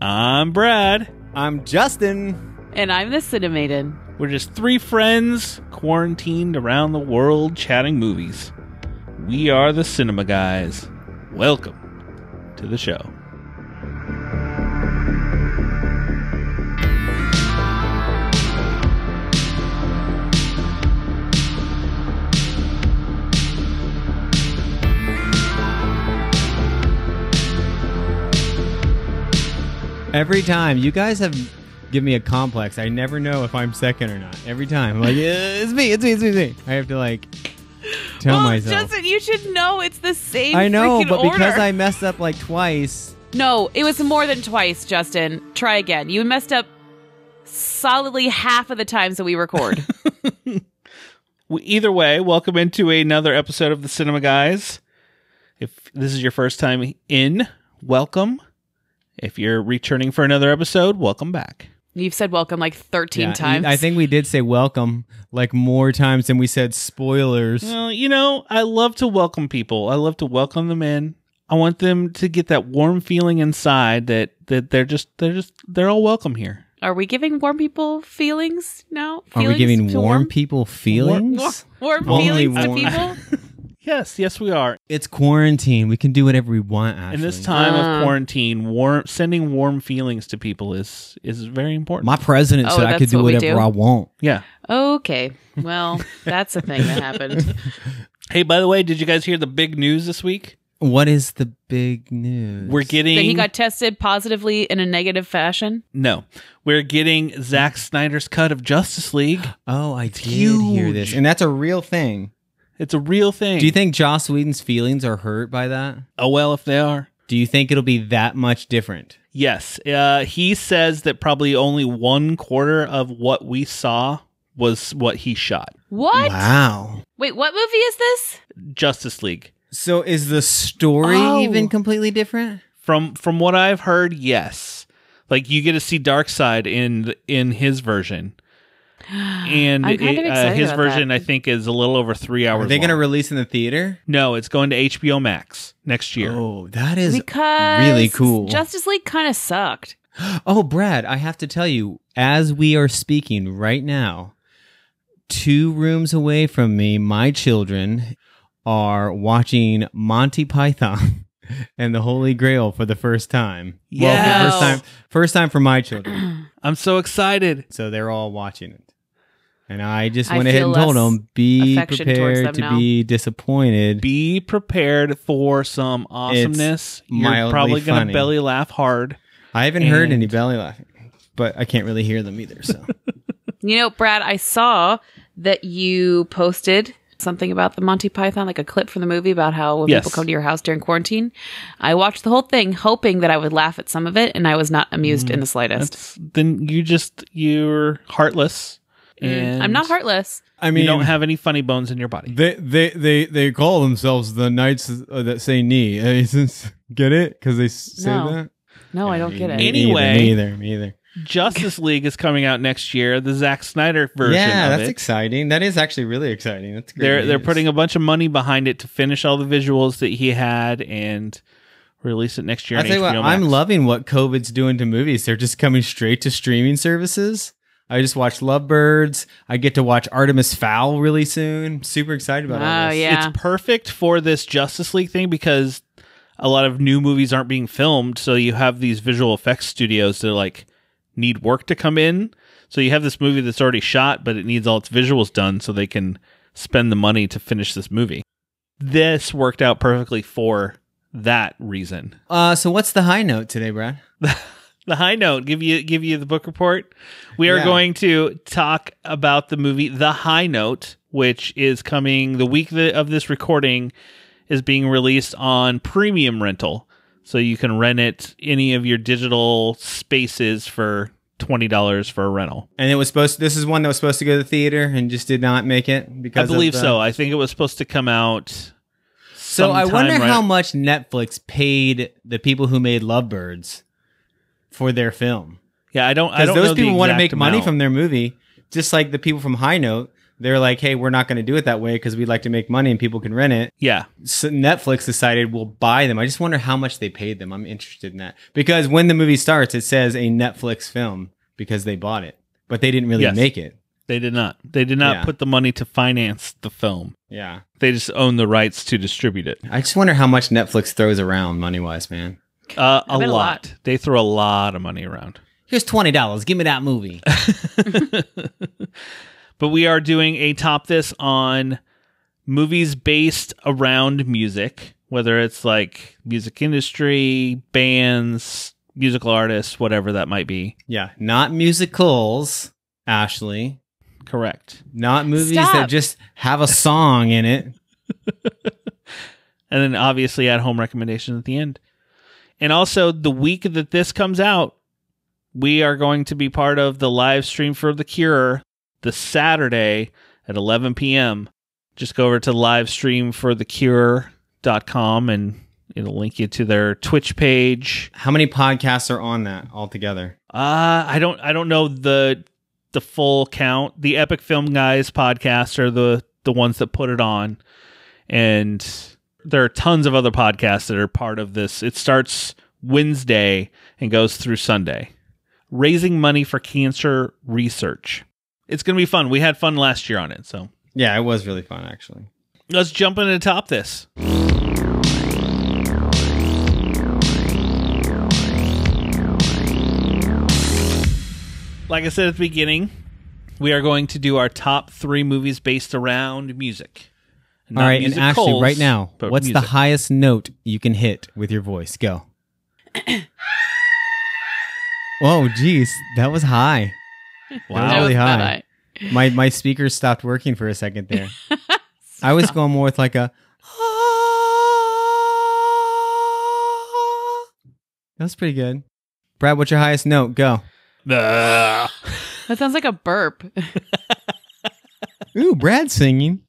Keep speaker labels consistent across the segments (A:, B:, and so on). A: I'm Brad.
B: I'm Justin.
C: And I'm the Cinemated.
A: We're just three friends quarantined around the world chatting movies. We are the Cinema Guys. Welcome to the show.
B: Every time you guys have given me a complex, I never know if I'm second or not. Every time, I'm like, "Yeah, it's me, it's me, it's me, it's me. I have to like tell
C: well,
B: myself.
C: Justin, you should know it's the same.
B: I know,
C: freaking
B: but because
C: order.
B: I messed up like twice,
C: no, it was more than twice. Justin, try again. You messed up solidly half of the times that we record.
A: We, either way, welcome into another episode of the Cinema Guys. If this is your first time in, welcome. If you're returning for another episode, welcome back.
C: You've said welcome like thirteen
B: Yeah,
C: times.
B: I think we did say welcome like more times than we said spoilers.
C: Uh,
A: Well, you know, I love to welcome people. I love to welcome them in. I want them to get that warm feeling inside that that they're just they're just they're all welcome here.
C: Are we giving warm people feelings now?
B: Are we
C: Feelings
B: giving
C: to
B: warm, people feelings?
C: Warm, warm
B: Only
C: feelings
B: warm.
C: to people.
A: Yes, yes we are.
B: It's quarantine. We can do whatever we want. Actually,
A: In this time
C: Ah.
A: of quarantine, warm sending warm feelings to people is is very important.
B: my president
C: Oh,
B: said I could
C: that's
B: do
C: what we
B: whatever
C: do?
B: I want.
A: yeah.
C: Okay, well, that's a thing that happened.
A: Hey, by the way, did you guys hear the big news this week?
B: What is the big news?
A: We're getting
C: That he got tested positively in a negative fashion.
A: no, we're getting Zack Snyder's cut of Justice League.
B: Oh, I did hear this,
A: huge.
B: and that's a real thing.
A: It's a real thing.
B: Do you think Joss Whedon's feelings are hurt by that?
A: oh well, if they are.
B: Do you think it'll be that much different?
A: Yes. Uh, he says that probably only one quarter of what we saw was what he shot.
C: What?
B: Wow.
C: Wait, what movie is this?
A: Justice League.
B: So is the story
C: Oh.
B: even completely different?
A: From from what I've heard, yes. Like you get to see Darkseid in th- in his version, and
C: I'm kind
A: it-
C: of
A: uh,
C: excited
A: his
C: about
A: version
C: that.
A: I think is a little over three hours.
B: Are they going to
A: long.
B: release in the theater?
A: no, it's going to HBO Max next year.
B: Oh, that is.
C: because
B: really cool.
C: Justice League kind of sucked.
B: oh, Brad, I have to tell you, as we are speaking right now, two rooms away from me, my children are watching Monty Python and the Holy Grail for the first time. Well,
A: Yes.
B: for the first time, first time for my children.
A: I'm so excited.
B: So they're all watching it. And I just
C: I
B: went ahead and
C: feel
B: told
C: less
B: them, be
C: affection towards them
B: prepared to
C: now."
B: be disappointed.
A: Be prepared for some awesomeness. You're
B: mildly
A: probably gonna
B: funny.
A: belly laugh hard.
B: I haven't heard any
A: And-
B: belly laughing, but I can't really hear them either. So
C: You know, Brad, I saw that you posted something about the Monty Python, like a clip from the movie about how when
A: Yes.
C: people come to your house during quarantine, I watched the whole thing hoping that I would laugh at some of it, and I was not
A: Mm-hmm.
C: amused in the slightest.
A: That's, then you just you're heartless, and
C: Mm, I'm not heartless.
B: I
A: you don't have any funny bones in your body.
B: they, they they they call themselves the knights uh, that say knee. Uh, since- get it? Because they s- say
C: No.
B: that.
C: No, I don't get it.
B: Me
A: Any-
B: either,
A: Anyway.
B: me either. Me either.
A: Justice League is coming out next year, the Zack Snyder version.
B: yeah,
A: of
B: that's
A: it.
B: exciting. That is actually really exciting. That's great.
A: They're they're
B: news.
A: putting a bunch of money behind it to finish all the visuals that he had and release it next year.
B: I
A: on
B: tell you what,
A: HBO
B: I'm
A: Max.
B: loving what COVID's doing to movies. They're just coming straight to streaming services. I just watched Lovebirds. I get to watch Artemis Fowl really soon. Super excited about all
C: Oh,
B: this.
C: yeah.
A: It's perfect for this Justice League thing because a lot of new movies aren't being filmed, so you have these visual effects studios that like need work to come in. So you have this movie that's already shot, but it needs all its visuals done so they can spend the money to finish this movie. This worked out perfectly for that reason.
B: Uh, so what's the high note today, Brad?
A: The high note, give you give you the book report. We are
B: Yeah.
A: going to talk about the movie The High Note, which is coming the week th- of this recording is being released on premium rental. So you can rent it any of your digital spaces for $20 for a rental.
B: And it was supposed. this is one that was supposed to go to the theater and just did not make it because
A: I
B: of
A: believe
B: the-
A: so. I think it was supposed to come out
B: So I wonder
A: sometime, right-
B: how much Netflix paid the people who made Lovebirds for their film.
A: Yeah, I don't I
B: Because
A: don't
B: those
A: know the
B: people want to
A: exact
B: make money
A: amount.
B: from their movie, just like the people from High Note They're like, hey, we're not going to do it that way because we'd like to make money and people can rent it.
A: Yeah.
B: So Netflix decided we'll buy them. I just wonder how much they paid them. I'm interested in that because when the movie starts, it says a Netflix film because they bought it, but they didn't really
A: Yes.
B: make it.
A: They did not. They did not
B: Yeah.
A: put the money to finance the film.
B: Yeah,
A: They just own the rights to distribute it.
B: I just wonder how much Netflix throws around money wise, man.
A: Uh,
C: I
A: a, lot.
C: bet a lot.
A: They throw a lot of money around.
B: Here's twenty dollars. Give me that movie.
A: But we are doing a top this on movies based around music, whether it's like music industry, bands, musical artists, whatever that might be.
B: yeah, not musicals, Ashley.
A: Correct.
B: Not movies that
C: Stop.
B: just have a song in it.
A: And then obviously at home recommendation at the end. And also the week that this comes out, we are going to be part of the live stream for The Cure the Saturday at 11 p.m. Just go over to livestreamforthecure.com and it'll link you to their Twitch page.
B: How many podcasts are on that altogether?
A: Uh, I don't I don't know the the full count. The Epic Film Guys podcast are the the ones that put it on. And there are tons of other podcasts that are part of this. It starts Wednesday and goes through Sunday. Raising money for cancer research. It's going to be fun. We had fun last year on it, so
B: Yeah, it was really fun actually.
A: Let's jump into the top this. Like I said at the beginning, we are going to do our top three movies based around music. Not
B: All right, and Ashley,
A: musicals,
B: right now,
A: but
B: what's the
A: music.
B: highest note you can hit with your voice? Go. Whoa, geez, that was high.
A: Wow.
C: That was
B: Really
C: not
B: high. My my speakers stopped working for a second there.
C: high.
B: I was going more with like a. "Ah." That was pretty good. Brad, what's your highest note? Go.
A: The-
C: that sounds like a burp.
B: Ooh, Brad singing.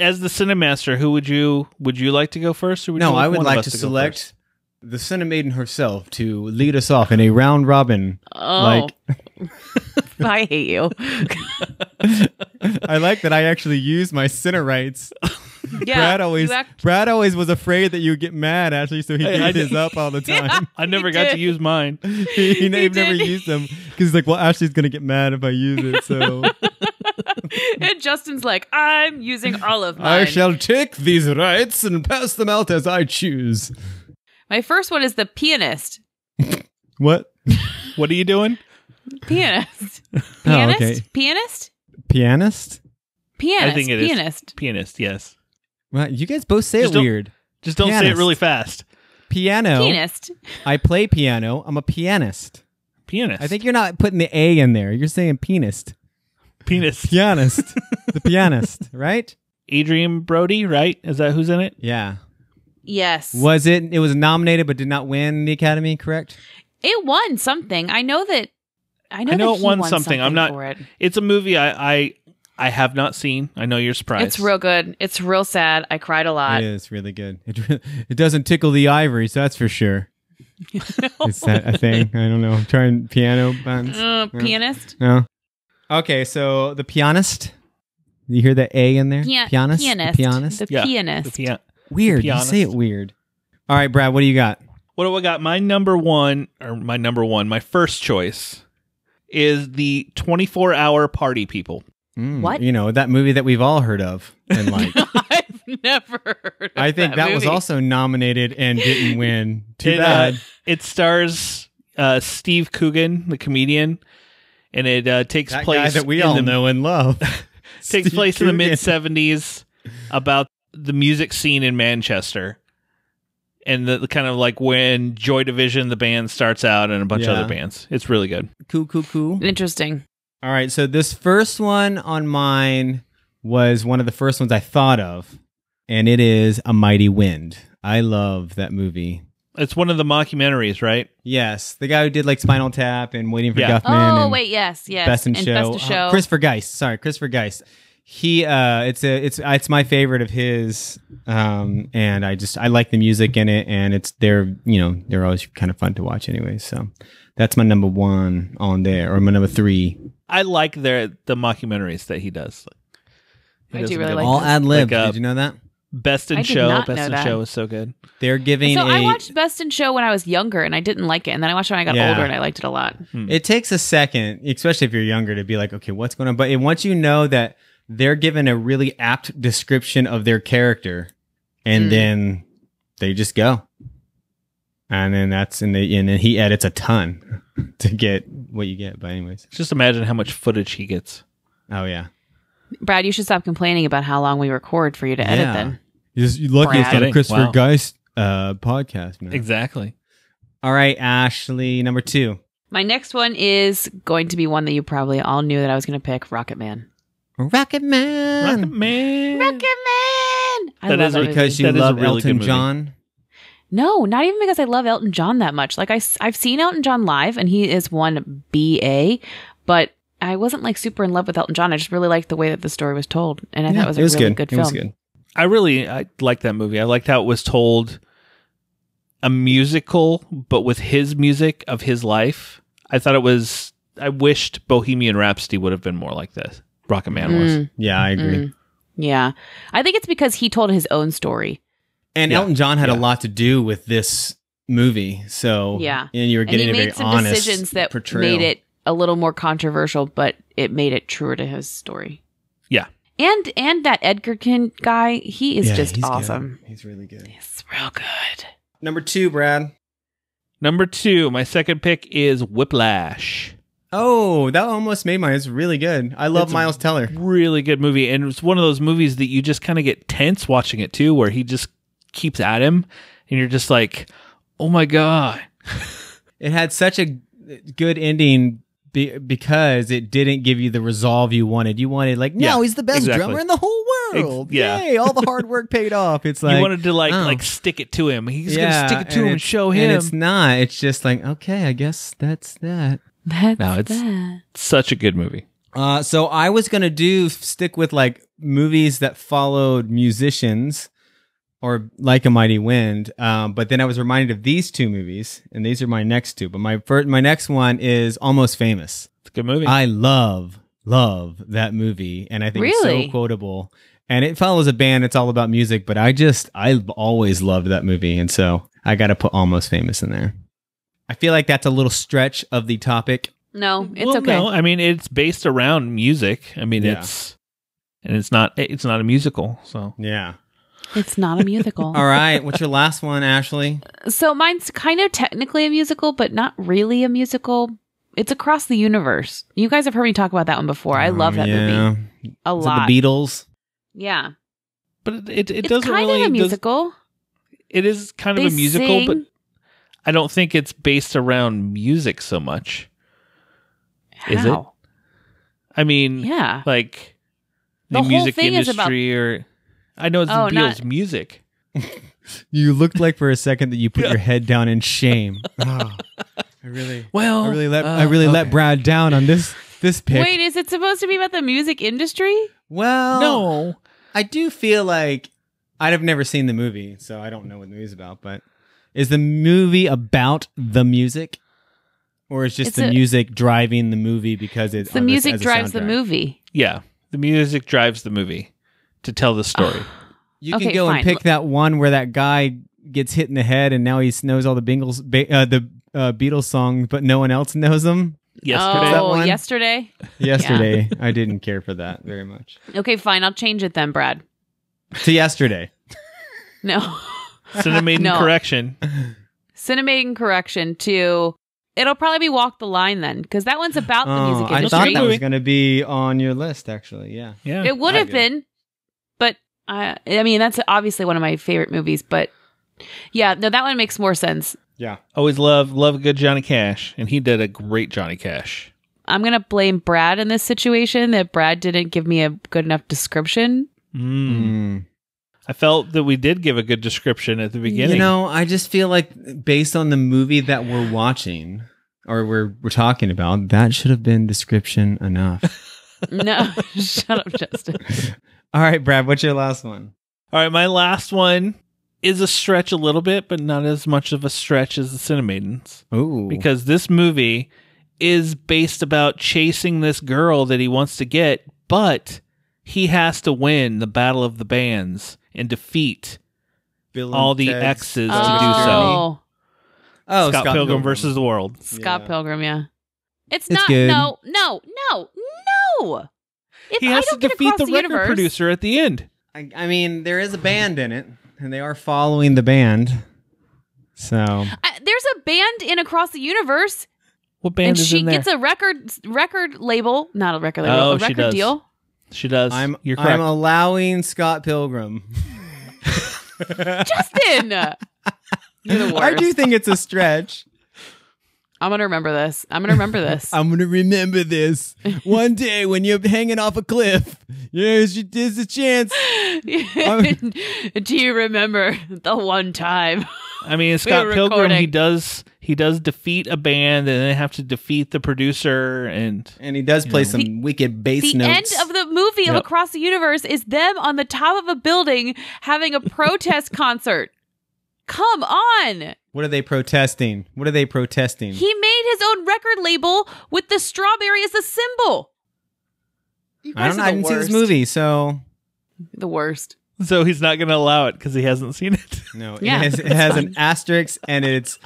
A: As the cinemaster, who would you would you like to go first? Or would you
B: No, I would
A: one of
B: like
A: us
B: to
A: go first?
B: select the Cinemaiden herself to lead us off in a round robin.
C: Oh, I hate you.
B: I like that I actually used my center rights.
C: Yeah,
B: Brad always
C: you act-
B: Brad always was afraid that you would get mad, actually, so he
A: Hey,
B: used
A: I
B: his
A: did-
B: up all the time.
A: I never
C: You
A: got to
C: did.
A: use mine.
B: he he, he
C: He
B: never
C: did.
B: used them because he's like, well, Ashley's gonna get mad if I use it, so
C: and Justin's like, I'm using all of mine.
B: I shall take these rights and pass them out as I choose.
C: My first one is the pianist.
B: What
A: What are you doing?
C: Pianist. Pianist.
B: Oh, okay.
C: Pianist.
B: pianist?
C: Pianist.
A: I think it is.
C: pianist.
A: Pianist, yes.
B: Well, you guys both say
A: Just
B: it
A: don't-
B: weird.
A: Just don't say it
B: Pianist.
A: really fast.
B: Piano.
C: Pianist.
B: I play piano. I'm a pianist.
A: Pianist.
B: I think you're not putting the A in there. You're saying pianist.
A: penis.
B: Pianist. the pianist, right?
A: Adrian Brody, right? Is that who's in it?
B: Yeah.
C: Yes.
B: Was it? It was nominated but did not win the Academy, correct?
C: It won something. I know that. I know,
A: I know
C: that
A: it
C: he
A: won something. I'm not-
C: for it.
A: It's a movie I I, I have not seen. I know you're surprised.
C: It's real good. It's real sad. I cried a lot.
B: It is really good. It re- it doesn't tickle the ivories, that's for sure. Is that a thing? I don't know. I'm trying piano buns.
C: Uh, pianist.
B: No. Okay, so the pianist. You hear that A in there?
C: Pia-
B: pianist. The
C: Pianist.
B: pianist.
C: The
A: Yeah. The
C: pianist.
A: pia-
B: weird.
A: the
B: You say it
A: pianist.
B: weird. All right, Brad. What do you got?
A: What do I got? My number one or my number one, my first choice is the 24 hour party people.
B: Mm,
C: What?
B: You know that movie that we've all heard of and like.
C: I've never heard. Of
B: I think that, was
C: movie.
B: also nominated and didn't win. Too
A: It, uh,
B: bad.
A: It stars uh, Steve Coogan, the comedian, and it uh, takes
B: that
A: place
B: guy that we
A: in
B: all
A: the
B: know and love
A: takes
B: Steve
A: place in the
B: Coogan.
A: mid 70s about the music scene in Manchester and the, the kind of like when Joy Division the band starts out and a bunch of
B: Yeah.
A: other bands. It's really good.
B: Coo coo coo.
C: interesting.
B: All right, so this first one on mine was one of the first ones I thought of, and it is A Mighty Wind. I love that movie.
A: It's one of the mockumentaries, right?
B: Yes, the guy who did like Spinal Tap and Waiting for
A: Yeah.
B: Guffman.
C: Oh
B: and
C: wait, yes, yes.
B: Best in
C: and
B: Show.
C: Best in Show.
B: Uh, Christopher Geist. Sorry, Christopher Geist. He uh it's a it's it's my favorite of his um and I just I like the music in it and it's they're you know they're always kind of fun to watch anyway so that's my number 1 on there or my number 3
A: I like their the mockumentaries that he does. He
C: I
A: does
C: do
A: a
C: really
A: good-
C: like
B: All
C: this.
B: ad lib.
A: Like, uh,
B: Did you know that?
A: Best in
C: I did
A: Show.
C: not
A: Best
C: know
A: in
C: that.
A: Show is so good.
B: They're giving
C: So
B: a.
C: I watched Best in Show when I was younger, and I didn't like it. And then I watched it when I got
B: Yeah.
C: older, and I liked it a lot.
B: It takes a second, especially if you're younger, to be like, okay, what's going on? But it- once you know that they're given a really apt description of their character, and
C: Mm.
B: then they just go, and then that's in the and then he edits a ton to get what you get. But anyways,
A: Just imagine how much footage he gets.
B: oh yeah,
C: Brad, you should stop complaining about how long we record for you to edit.
B: Yeah.
C: Then
B: you're, lucky
C: it's not a
A: Brad. Christopher Wow.
B: Geist uh, podcast, man.
A: Exactly.
B: All right, Ashley, number two.
C: my next one is going to be one that you probably all knew that I was going to pick: Rocket Man.
B: Rocket Man.
A: Rocket Man.
C: Rocket Man. I
A: That
C: love
A: is
C: that movie.
B: Because you
A: That is a
B: love
A: really good
B: Elton
A: movie.
B: John.
C: No, not even because I love Elton John that much. Like I, have seen Elton John live, and he is one ba, but I wasn't like super in love with Elton John. I just really liked the way that the story was told, and I thought it was a really good, film.
B: It was good.
A: I really I liked that movie. I liked how it was told a musical, but with his music of his life. I thought it was. I wished Bohemian Rhapsody would have been more like this. Rocket Man was.
C: Mm,
B: Yeah, I agree.
C: mm. Yeah, I think it's because he told his own story.
B: And
A: Yeah.
B: Elton John had a
A: Yeah.
B: lot to do with this movie. So
C: Yeah.
B: and you were
C: and
B: getting
C: he
B: a
C: made
B: very
C: some
B: honest
C: decisions that
B: portrayal.
C: made it a little more controversial, but it made it truer to his story.
A: Yeah.
C: and and that Edgerton guy, he is
B: Yeah,
C: just
B: he's good.
C: awesome.
B: He's really good.
C: He's real good.
B: Number two, Brad.
A: Number two, my second pick is Whiplash.
B: Oh, that almost made mine. It's really good. I love
A: It's a-
B: Miles Teller.
A: Really good movie, and it's one of those movies that you just kind of get tense watching it too, where he just keeps at him, and you're just like, "Oh my god!"
B: It had such a good ending be- because it didn't give you the resolve you wanted. You wanted like, no,
A: Yeah,
B: he's the best
A: exactly.
B: drummer in the whole world.
A: Ex- yeah.
B: Yay, all the hard work paid off. It's like
A: you wanted to like
B: oh.
A: like stick it to him. He's gonna
B: yeah,
A: stick it to him and
B: it's-
A: show him.
B: And it's not. It's just like, okay, I guess that's that.
C: That's
A: No, it's-
C: that.
A: Such a good movie.
B: Uh, so I was gonna do stick with like movies that followed musicians or like a mighty wind. Um, but then I was reminded of these two movies, and these are my next two. But my first, my next one is Almost Famous.
A: It's a good movie.
B: I love love that movie, and I think it's
C: Really?
B: so quotable. And it follows a band. It's all about music, but I just I always loved that movie, and so I got to put Almost Famous in there. I feel like that's a little stretch of the topic.
C: No, it's
A: Mm-hmm. Well,
C: okay.
A: No, I mean it's based around music. I mean
B: Yeah.
A: it's and it's not it's not a musical. So
B: Yeah.
C: It's not a musical.
B: All right. What's your last one, Ashley?
C: So mine's kind of technically a musical, but not really a musical. It's across the universe. You guys have heard me talk about that one before.
B: Oh,
C: I love that movie
B: movie.
C: a lot.
B: the Beatles?
C: yeah,
A: but it it, it
C: it's
A: doesn't
C: kind
A: really
C: of a
A: does-
C: musical.
A: it is kind of
C: They
A: a musical, but
C: sing.
A: I don't think it's based around music so much. Is it?
C: How?
A: I mean
C: Yeah.
A: like the,
C: The whole
A: music
C: thing is
A: industry
C: about-
A: or I know it's
C: Oh,
A: the
C: not-
A: Beatles music.
B: You looked like for a second that you put your head down in shame. Ah, I really,
A: Well
B: I really let
A: uh,
B: I really let
A: okay.
B: Brad down on this this pick.
C: Wait, is it supposed to be about the music
A: Oh,
C: industry?
B: well,
A: No.
B: I do feel like I'd have never seen the movie, so I don't know what the movie's about. But is the movie about the music, or is just
C: It's
B: the
C: a-
B: music driving the movie because uh, it's
C: It's the music drives the movie.
A: Yeah. The music drives the movie to tell the story.
B: You
C: Okay,
B: can go and
C: fine.
B: pick that one where that guy gets hit in the head, and now he knows all the Bengals, ba- uh, the uh, Beatles song, but no one else knows them.
A: Yesterday.
B: that
C: Oh,
B: one?
C: yesterday.
B: Yesterday, I didn't care for that very much.
C: Okay, fine. I'll change it then, Brad.
B: To yesterday,
C: No.
A: Cinemaiden
C: No.
A: correction.
C: Cinemating correction to it'll probably be Walk the Line then, because that one's about the
B: Oh,
C: music
B: I
C: industry.
B: thought that was
A: Movie.
B: going to be on your list. Actually, yeah.
A: Yeah.
C: It would
B: I
C: have
B: do.
C: been, but I, I mean, that's obviously one of my favorite movies. But yeah, no, that one makes more sense.
B: Yeah.
A: Always love love a good Johnny Cash, and he did a great Johnny Cash.
C: I'm gonna blame Brad in this situation that Brad didn't give me a good enough description.
B: Hmm.
A: Mm. I felt that we did give a good description at the beginning.
B: You know, I just feel like based on the movie that we're watching or we're we're talking about, that should have been description enough.
C: No, shut up, Justin.
B: all right, Brad, what's your last one?
A: all right, my last one is a stretch a little bit, but not as much of a stretch as the Cinemaidens
B: Ooh,
A: because this movie is based about chasing this girl that he wants to get, but he has to win the battle of the bands and defeat
B: Bill
A: all
B: and
A: the
B: Ted's
A: X's to do
B: Scott
A: so.
C: Oh,
B: Oh,
A: Scott, Pilgrim, versus the World.
C: Scott
B: Yeah.
C: Pilgrim, yeah. It's,
B: It's
C: not.
B: good.
C: No, no, no, no. If
A: He
C: I
A: has to
C: don't get
A: defeat
C: across
A: the
C: the
A: record
C: universe-
A: producer at the end.
B: I, I mean, there is a band in it, and they are following the band. So
C: I, uh, there's a band in Across the Universe,
A: What band
C: and
A: is
C: she
A: in there?
C: gets a record record label, not a record label,
A: Oh,
C: a
A: she
C: record
A: does.
C: deal.
A: she does.
B: I'm
A: You're correct.
B: I'm allowing Scott Pilgrim.
C: Justin, you're the worst.
B: I do think it's a stretch.
C: I'm gonna remember this. I'm gonna remember this.
B: I'm gonna remember this one day when you're hanging off a cliff. There's your- there's a chance. I'm-
C: do you remember the one time?
A: I mean, in Scott
C: were
A: Pilgrim, he
C: recording.
A: does he does defeat a band, and they have to defeat the producer, and
B: And he does play some wicked bass
C: the
B: notes.
C: end of the movie of
A: Yep.
C: Across the Universe is them on the top of a building having a protest concert. Come on.
B: what are they protesting? What are they protesting?
C: He made his own record label with the strawberry as the symbol. You
B: I don't know. I didn't see this movie, so
C: The worst.
A: so he's not going to allow it because he hasn't seen it.
B: no.
C: Yeah,
B: it has, it
C: that's
B: has
C: fine.
B: an asterisk and it's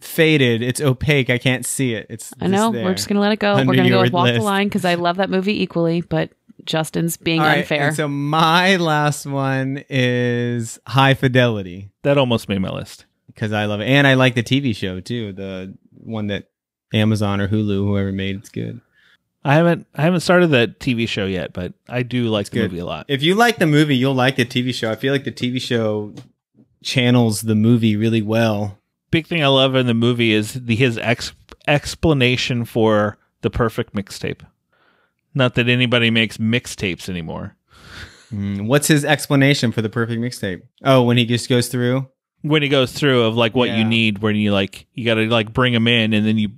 B: faded. It's opaque. I can't see it. It's.
C: I know.
B: just
C: We're
B: there.
C: just going to let it go.
B: Under
C: We're going to go
B: your
C: with Walk the
B: list.
C: Line because I love that movie equally, but Justin's being
B: All right,
C: unfair.
B: and so my last one is High Fidelity
A: that almost made my list.
B: because I love it, and I like the TV show too. The one that Amazon or Hulu, whoever made it's good.
A: I haven't I haven't started that TV show yet, but I do like the
B: good.
A: movie a lot.
B: If you like the movie, you'll like the TV show. I feel like the TV show channels the movie really well.
A: Big thing I love in the movie is the, his ex, explanation for the perfect mixtape. Not that anybody makes mixtapes anymore.
B: Mm, What's his explanation for the perfect mixtape? Oh, when he just goes through.
A: When he goes through of like what
B: Yeah.
A: you need, when you like you got to like bring them in, and then you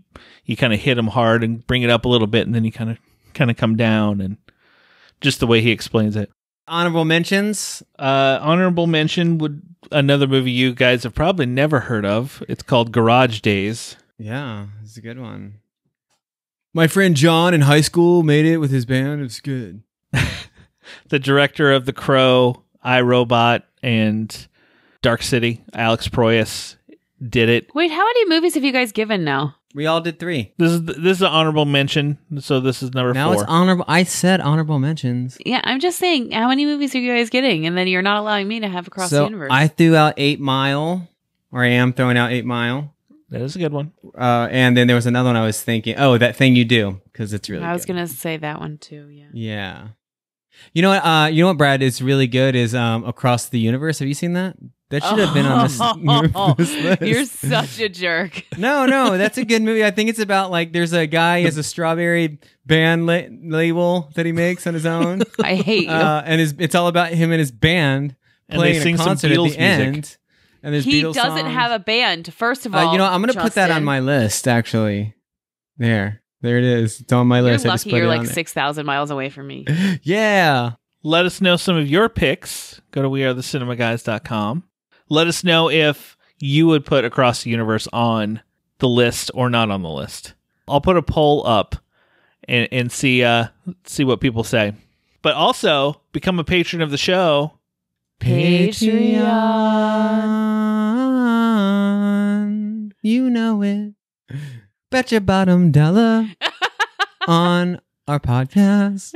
A: you kind of hit them hard and bring it up a little bit, and then you kind of kind of come down, and just the way he explains it.
B: Honorable mentions.
A: Uh, honorable mention would another movie you guys have probably never heard of. It's called Garage Days.
B: Yeah, it's a good one. My friend John in high school made it with his band. It's good.
A: The director of The Crow, I Robot, and Dark City, Alex Proyas, did it.
C: Wait, how many movies have you guys given now?
B: We all did three.
A: This is this is an honorable mention. So this is number
B: Now
A: four.
B: it's honorable. I said honorable mentions.
C: Yeah, I'm just saying, how many movies are you guys getting? And then you're not allowing me to have Across
B: so
C: the Universe.
B: I threw out Eight Mile, or I am throwing out Eight Mile.
A: that is a good one.
B: Uh, and then there was another one I was thinking. Oh, that thing you do because it's really.
C: I was
B: good.
C: going to say that one too, yeah.
B: Yeah. You know what? Uh, you know what, Brad is really good is um across the universe. Have you seen that? That should have been on this, this list.
C: You're such a jerk.
B: no, no, that's a good movie. I think it's about like there's a guy who has a strawberry band la- label that he makes on his own,
C: I hate you.
B: uh, and his, it's all about him and his band
A: And they
B: playing
A: sing
B: a
A: some
B: concert at the
A: Beatles music.
B: end. And there's
C: he
B: Beatles
C: doesn't
B: songs.
C: have a band. First of all,
B: Uh, you know, I'm gonna put that on
C: Justin,
B: my list. Actually, there, there it is. It's on my
C: You're
B: list. I just
C: lucky
B: put
C: you're
B: it
C: like
B: on there.
C: six thousand miles away from me.
B: Yeah.
A: Let us know some of your picks. Go to wearethecinemaguys.com. Let us know if you would put Across the Universe on the list or not on the list. I'll put a poll up and, and see uh, see what people say. But also become a patron of the show.
B: Patreon. You know it. Bet your bottom dollar on our podcast.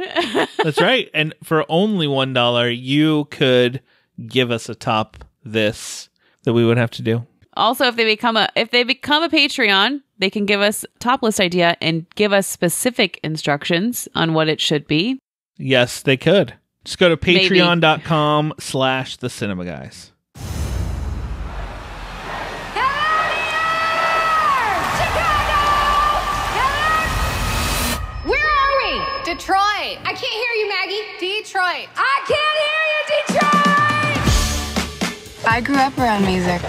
A: That's right. And for only one dollar, you could give us a top this that we would have to do.
C: also, if they become a if they become a Patreon, they can give us top list idea and give us specific instructions on what it should be.
A: Yes, they could. Just go to
C: Maybe.
A: patreon.com slash the cinema guys.
D: Where are we? Detroit. I can't hear you, Maggie. Detroit. I can't hear you, Detroit!
E: I grew up around music.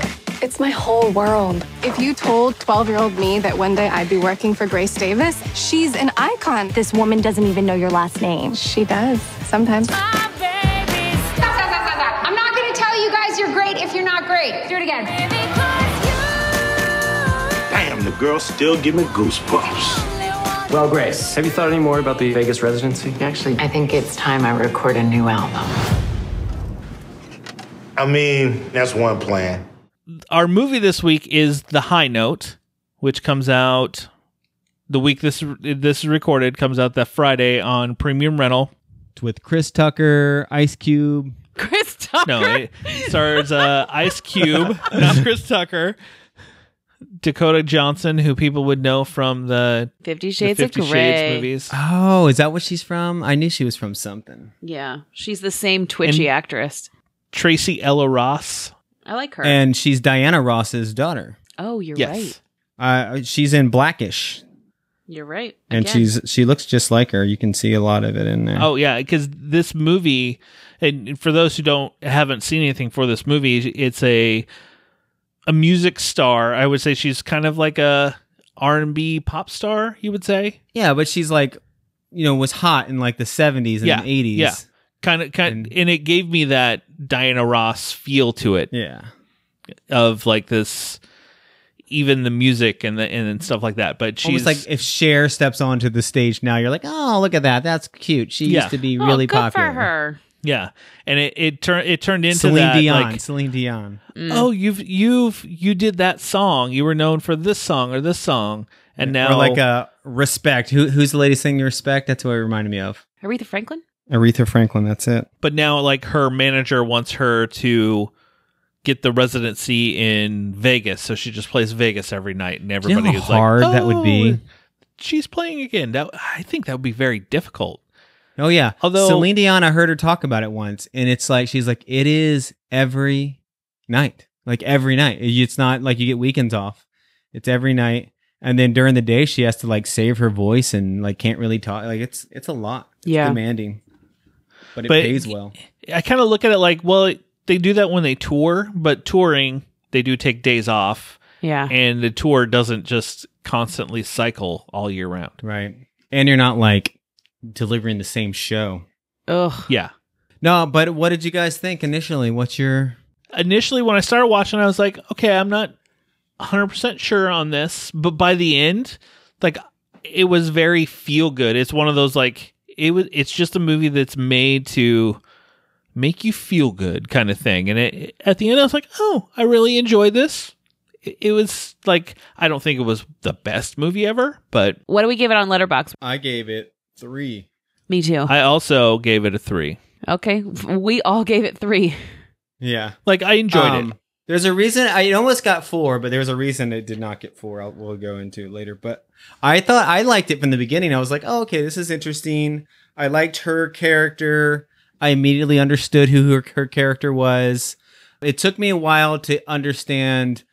E: It's my whole world. If you told 12 year old me that one day I'd be working for Grace Davis, she's an icon. This
F: This woman doesn't even know your last name.
E: she does sometimes.
D: Stop, stop, stop, stop, stop. I'm not gonna tell you guys you're great if you're not great. Do it again.
G: Damn, the girl still give me goosebumps. Well, Grace, have you thought any more about the Vegas residency?
H: Actually, I think it's time I record a new album.
I: I mean, that's one plan.
A: Our movie this week is The High Note, which comes out the week this this is recorded comes out that Friday on Premium Rental.
B: with Chris Tucker, Ice Cube.
C: Chris Tucker.
A: No, it stars uh, Ice Cube, not Chris Tucker. Dakota Johnson, who people would know from the,
C: Fifty
A: the
C: Shades
A: Fifty
C: of Grey.
A: Shades movies.
B: Oh, is that what she's from? I knew she was from something.
C: Yeah, she's the same twitchy actress.
A: Tracy Ella Ross.
C: I like her.
B: And she's Diana Ross's daughter.
C: oh, you're
A: yes.
C: right.
B: Uh, she's in Blackish,
C: You're right.
B: and
C: Again.
B: she's she looks just like her. You can see a lot of it in there.
A: Oh yeah, because this movie, and for those who don't haven't seen anything for this movie, it's a a music star. I would say she's kind of like a R and B pop star. You would say,
B: yeah, but she's like, you know, was hot in like the seventies and
A: Yeah,
B: eighties.
A: yeah. kind of kind, and,
B: And-
A: it gave me that Diana Ross feel to it
B: yeah.
A: of like this, even the music and the and stuff like that. But she's
B: Almost like if Cher steps onto the stage now, you're like, oh, look at that, that's cute. She
A: Yeah.
B: used to be
C: Oh,
B: really
C: good
B: popular.
C: for her.
A: yeah, and it it turned it turned into
B: Celine
A: that
B: Dion.
A: like
B: Celine Dion.
A: oh you've you've you did that song you were known for this song or this song and now
B: Or like uh, Respect. Who, who's the lady singing Respect? That's what it reminded me of.
C: Aretha Franklin.
B: Aretha Franklin. That's it.
A: but now like her manager wants her to get the residency in Vegas so she just plays Vegas every night and
B: Do you
A: everybody
B: know how
A: is like
B: hard that would be?
A: "Oh, she's playing again that I think that would be very difficult
B: Oh yeah.
A: Although-
B: Celine Dion, I heard her talk about it once, and it's like she's like, it is every night, like every night. It's not like you get weekends off. It's every night, and then during the day she has to like save her voice and like can't really talk. Like it's it's a lot. It's
C: Yeah.
B: demanding, but it
A: But-
B: pays well.
A: I kind of look at it like well they do that when they tour but touring they do take days off
C: Yeah.
A: and the tour doesn't just constantly cycle all year round
B: Right. And you're not like delivering the same show.
C: Ugh.
A: yeah
B: No, but what did you guys think initially? What's your
A: initially when I started watching, I was like, okay, I'm not 100% sure on this, but by the end, like it was very feel good. It's one of those like it was it's just a movie that's made to make you feel good kind of thing. And it at the end I was like, "Oh, I really enjoyed this." It, it was like I don't think it was the best movie ever, but
C: What do we give it on Letterbox?
B: I gave it three.
C: Me
B: Oh.
C: too.
A: I also gave it a 3.
C: okay, we all gave it three.
B: Yeah.
A: Like I enjoyed
B: Um,
A: it.
B: There's a reason I it almost got four, but there was a reason it did not get four. I'll, we'll go into it later. But I thought I liked it from the beginning. I was like, oh, okay, this is interesting. I liked her character. I immediately understood who her, her character was. It took me a while to understand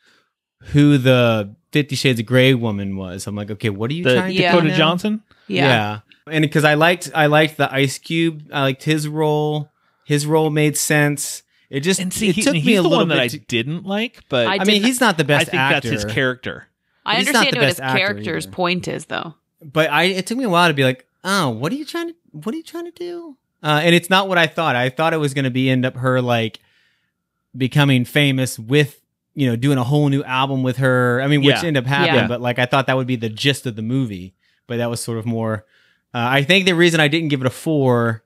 B: who the Fifty Shades of Grey woman was. I'm like, okay, what are you
A: The
B: trying
C: Yeah.
B: to do
A: Dakota
B: now?
A: Johnson?
C: Yeah.
B: And because I liked I liked the Ice Cube. I liked his role. His role made sense. It just
A: And see,
B: it
A: he-
B: took
A: he's
B: me a
A: the
B: little
A: one
B: bit
A: that I
B: to-
A: didn't like, but
C: I
B: I,
C: did
B: mean,
C: not-
B: he's not the
A: I
B: best
A: think
B: actor.
A: that's his character.
C: I
B: He's not
C: understand
B: the
C: what
B: best
C: his
B: actor
C: character's
B: either.
C: point is, though.
B: But I, it took me a while to be like, oh, what are you trying to, what are you trying to do? Uh, and it's not what I thought. I thought it was going to be end up her like becoming famous with, you know, doing a whole new album with her. I mean, which
A: Yeah.
B: ended up happening.
C: Yeah.
B: But like, I thought that would be the gist of the movie. But that was sort of more. Uh, I think the reason I didn't give it a four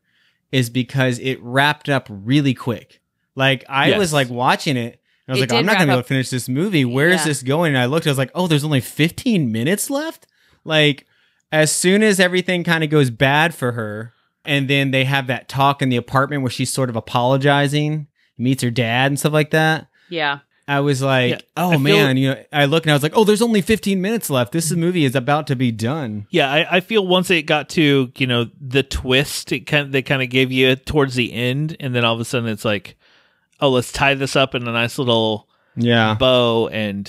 B: is because it wrapped up really quick. Like I
A: Yes.
B: was like watching it. and I was
C: It
B: like,
C: did
B: I'm not
C: wrap
B: gonna be
C: up
B: able to finish this movie. Where is
C: Yeah.
B: this going? And I looked, I was like, oh, there's only 15 minutes left. Like, as soon as everything kind of goes bad for her, and then they have that talk in the apartment where she's sort of apologizing, meets her dad and stuff like that.
C: Yeah.
B: I was like,
A: Yeah, I
B: oh
A: feel-
B: man, you know, I look and I was like, oh, there's only 15 minutes left. This movie is about to be done.
A: Yeah, I, I feel once it got to you know the twist, it kind they kind of gave you it towards the end, and then all of a sudden it's like, oh, let's tie this up in a nice little
B: Yeah.
A: bow and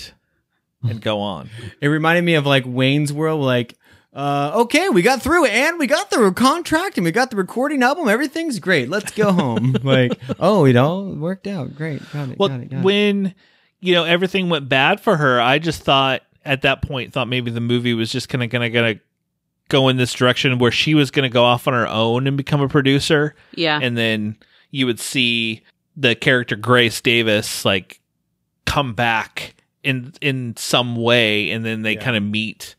A: and go on.
B: It reminded me of like Wayne's World, like, uh, okay, we got through it, and we got the contract, and we got the recording album. Everything's great. Let's go home. like, oh, it all worked out. Great, got it.
A: Well,
B: got it, got it.
A: when you know everything went bad for her, I just thought at that point thought maybe the movie was just kind of gonna gonna go in this direction where she was gonna go off on her own and become a producer.
C: Yeah.
A: and then you would see the character Grace Davis like come back in in some way, and then they
B: Yeah.
A: kind of meet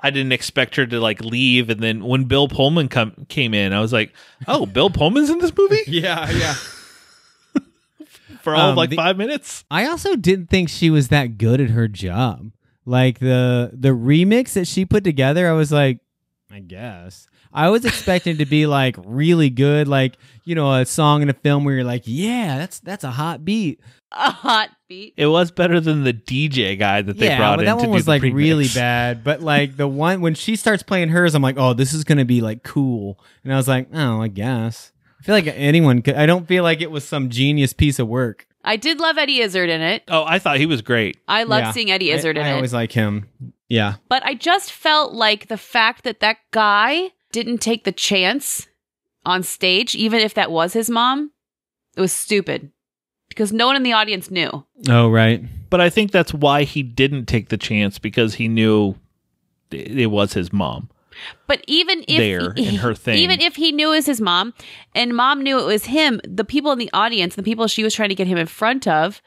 A: I didn't expect her to like leave. And then when Bill Pullman come, came in, I was like, oh, Bill Pullman's in this movie
B: Yeah, yeah.
A: for all of
B: Um,
A: like
B: the-
A: five minutes.
B: I also didn't think she was that good at her job. Like the the remix that she put together, I was like, I guess. I was expecting to be like really good, like, you know, a song in a film where you're like, yeah, that's that's a hot beat.
C: A hot beat.
A: It was better than the DJ guy that they
B: yeah,
A: brought in.
B: but that
A: to
B: one
A: do
B: was
A: the
B: like
A: pre-mix.
B: really bad. But like the one when she starts playing hers, I'm like, oh, this is gonna be like cool. And I was like, oh, I guess. I feel like anyone could I don't feel like it was some genius piece of work.
C: I did love Eddie Izzard in it.
A: Oh, I thought he was great.
C: I love
B: Yeah.
C: seeing Eddie
B: I-
C: Izzard in
B: I
C: it.
B: always like him. Yeah.
C: but I just felt like the fact that that guy didn't take the chance on stage, even if that was his mom, it was stupid because no one in the audience knew.
B: Oh right.
A: But I think that's why he didn't take the chance because he knew it it was his mom.
C: But even if
A: There, in her thing.
C: even if he knew it was his mom, and mom knew it was him, the people in the audience, the people she was trying to get him in front of,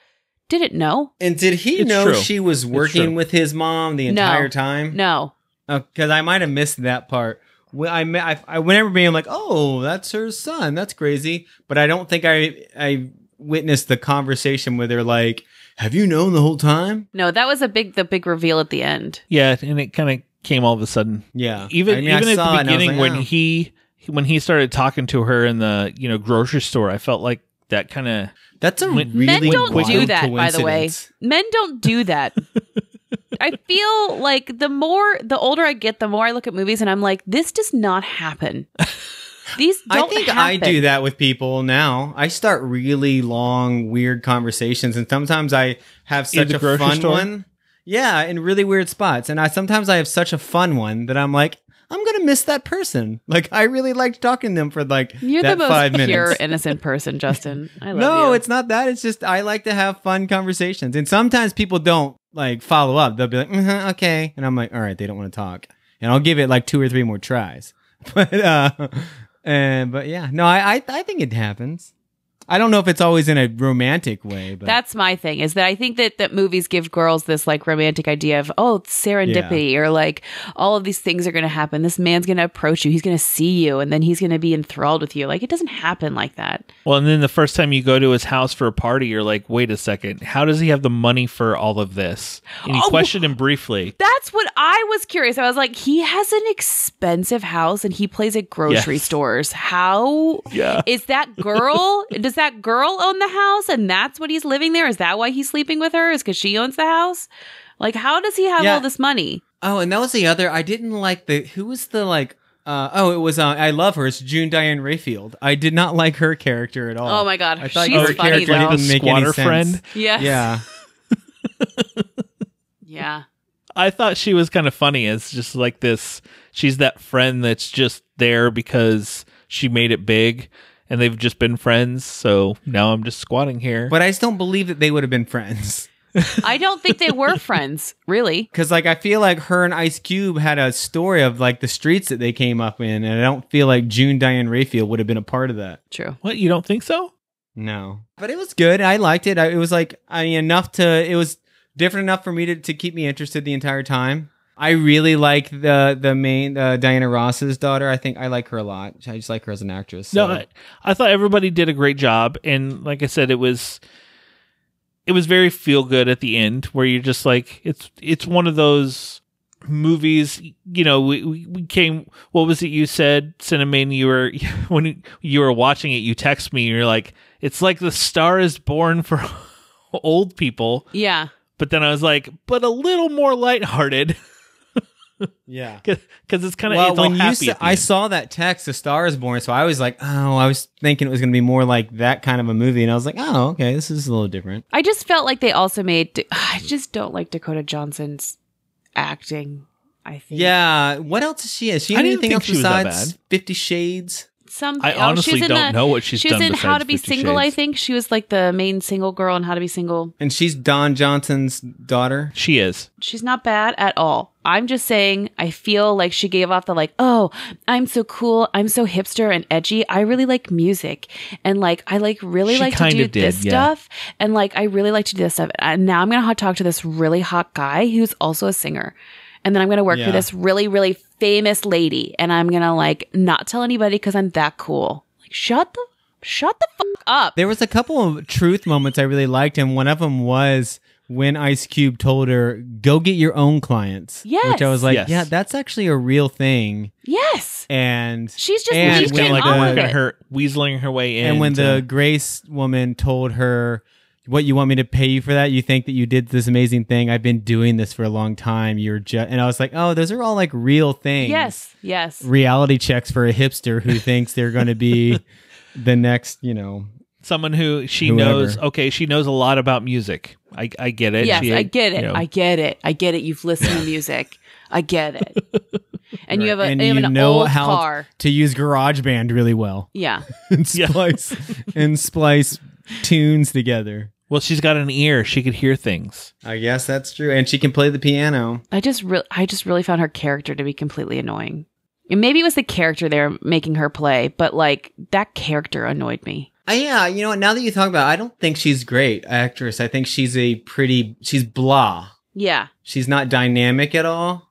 C: didn't know.
B: And did he
A: It's
B: know
A: true.
B: she was
A: It's
B: working
A: true.
B: with his mom the
C: No.
B: entire time?
C: No,
B: Because I might have missed that part. Wh- I, me- I, I remember being like, oh, that's her son. That's crazy. But I don't think I I witnessed the conversation where they're like, have you known the whole time?
C: no, that was a big the big reveal at the end.
A: Yeah, and it kind of came all of a sudden.
B: Yeah.
A: Even
B: I mean, I
A: even
B: saw
A: at
B: it
A: the
B: and I was
A: beginning
B: like,
A: when
B: oh.
A: he when he started talking to her in the you know grocery store, I felt like that kind of
B: That's a
A: Men
B: really
C: Men don't
B: wild
C: do that, by the way.
B: coincidence.
C: Men don't do that. I feel like the more, the older I get, the more I look at movies and I'm like, this does not happen. These
B: I
C: don't
B: think I
C: happen.
B: do that with people now. I start really long, weird conversations, and sometimes I
A: In
B: have such
A: the
B: a
A: grocery
B: fun
A: store?
B: one. Yeah, in really weird spots, and I sometimes I have such a fun one that I'm like, I'm gonna miss that person. Like I really liked talking to them for like
C: You're
B: that
C: the most
B: five
C: pure,
B: minutes.
C: innocent person, Justin. I love
B: no,
C: you.
B: it's not that. It's just I like to have fun conversations, and sometimes people don't like follow up. They'll be like, "Mhm, okay, and I'm like, all right, they don't want to talk, and I'll give it like two or three more tries. But uh, and but yeah, no, I, I I think it happens. I don't know if it's always in a romantic way, but
C: That's my thing is that I think that, that movies give girls this like romantic idea of, oh, it's serendipity or like all of these things are going to happen. This man's going to approach you. He's going to see you and then he's going to be enthralled with you. Like it doesn't happen like that.
A: well. And then the first time you go to his house for a party, you're like, wait a second, how does he have the money for all of this? And he
C: Oh.
A: questioned him briefly.
C: That's what I was curious. I was like, he has an expensive house and he plays at grocery
A: Yes.
C: stores. How is
A: Yeah.
C: that girl? does that girl own the house and that's what he's living there? Is that why he's sleeping with her? Is because she owns the house? Like, how does he have
B: Yeah.
C: all this money?
B: oh, and that was the other. I didn't like the who was the like. Uh, oh, it was uh, I love her. It's June Diane Rayfield. I did not like her character at all.
C: Oh my God,
B: I thought
C: she's
B: her
C: funny,
B: character
C: though.
B: didn't make any
A: Squatter
B: sense.
A: friend?
C: Yes.
B: Yeah,
C: Yeah.
A: I thought she was kind of funny. It's just like this. She's that friend that's just there because she made it big, and they've just been friends. So now I'm just squatting here.
B: But I just don't believe that they would have been friends.
C: I don't think they were friends, really.
B: Cause like I feel like her and Ice Cube had a story of like the streets that they came up in, and I don't feel like June Diane Rayfield would have been a part of that.
C: True.
A: what you don't think so?
B: No, but it was good. I liked it. I, it was like I mean enough to it was different enough for me to, to keep me interested the entire time. I really like the the main uh, Diana Ross's daughter. I think I like her a lot. I just like her as an actress.
A: No,
B: so-
A: I, I thought everybody did a great job, and like I said, it was it was very feel good at the end, where you're just like, it's it's one of those movies. You know, we we, we came. What was it you said, Cinnamon? You were when you were watching it, you text me, and you're like, it's like the star is born for old people.
C: Yeah.
A: But then I was like, but a little more lighthearted
B: yeah.
A: because it's kind of
B: well,
A: it's all
B: when you
A: happy.
B: sa-
A: at the
B: I
A: end.
B: saw that text, "The Star Is Born," so I was like, "Oh, I was thinking it was going to be more like that kind of a movie," and I was like, "Oh, okay, this is a little different."
C: I just felt like they also made, I just don't like Dakota Johnson's acting. I think.
B: Yeah, what else is she? in? Is she
A: I
B: in
A: didn't
B: anything
A: think
B: else
A: she was that
B: besides
A: bad.
B: Fifty Shades?
C: Something.
A: I honestly
C: oh, she's in
A: don't
C: the-
A: know what she's
C: She was
A: done
C: in How to
A: besides
C: Be
A: Fifty
C: Single, I
A: Shades.
C: think. She was like the main single girl in How to Be Single.
B: And she's Don Johnson's daughter.
A: she is.
C: She's not bad at all. I'm just saying, I feel like she gave off the like, oh, I'm so cool. I'm so hipster and edgy. I really like music. And like, I like really
A: She
C: like to
A: kinda
C: do
A: did,
C: this
A: yeah.
C: stuff. And like, I really like to do this stuff. And now I'm going to hot talk to this really hot guy who's also a singer. and then I'm going to work
B: Yeah.
C: for this really, really famous lady, and I'm going to like not tell anybody because I'm that cool. Like, shut the shut the fuck up.
B: There was a couple of truth moments I really liked, and one of them was when Ice Cube told her, "Go get your own clients." which I was
C: Yes.
B: like,
A: Yes.
B: "Yeah, that's actually a real thing."
C: Yes,
B: And
C: she's just
B: And
A: She's
B: when,
C: leaking
A: kind of like
B: on
C: on
B: the-
A: weaseling
C: with it.
A: her, weaseling her way in.
B: and uh, when
A: to-
B: the Grace woman told her, "What you want me to pay you for that? You think that you did this amazing thing? I've been doing this for a long time. You're just," and I was like, "Oh, those are all like real things."
C: Yes, yes.
B: reality checks for a hipster who thinks they're going to be the next, you know.
A: someone who she
B: Whoever.
A: knows, okay, she knows a lot about music. I, I get it.
C: Yes,
A: She-
C: I get it.
A: you know,
C: I get it. I get it. You've listened to music. I get it. And you have a
B: and
C: you have
B: you
C: an
B: know
C: old
B: how
C: car.
B: to use GarageBand really well
C: Yeah.
B: and
A: Yeah.
B: splice and splice tunes together.
A: well, she's got an ear; she could hear things.
B: I guess that's true. And she can play the piano.
C: I just re- I just really found her character to be completely annoying. And maybe it was the character they're making her play, but like that character annoyed me.
B: Uh, yeah, you know, what, now that you talk about it, I don't think she's great actress. I think she's a pretty she's blah.
C: Yeah.
B: She's not dynamic at all.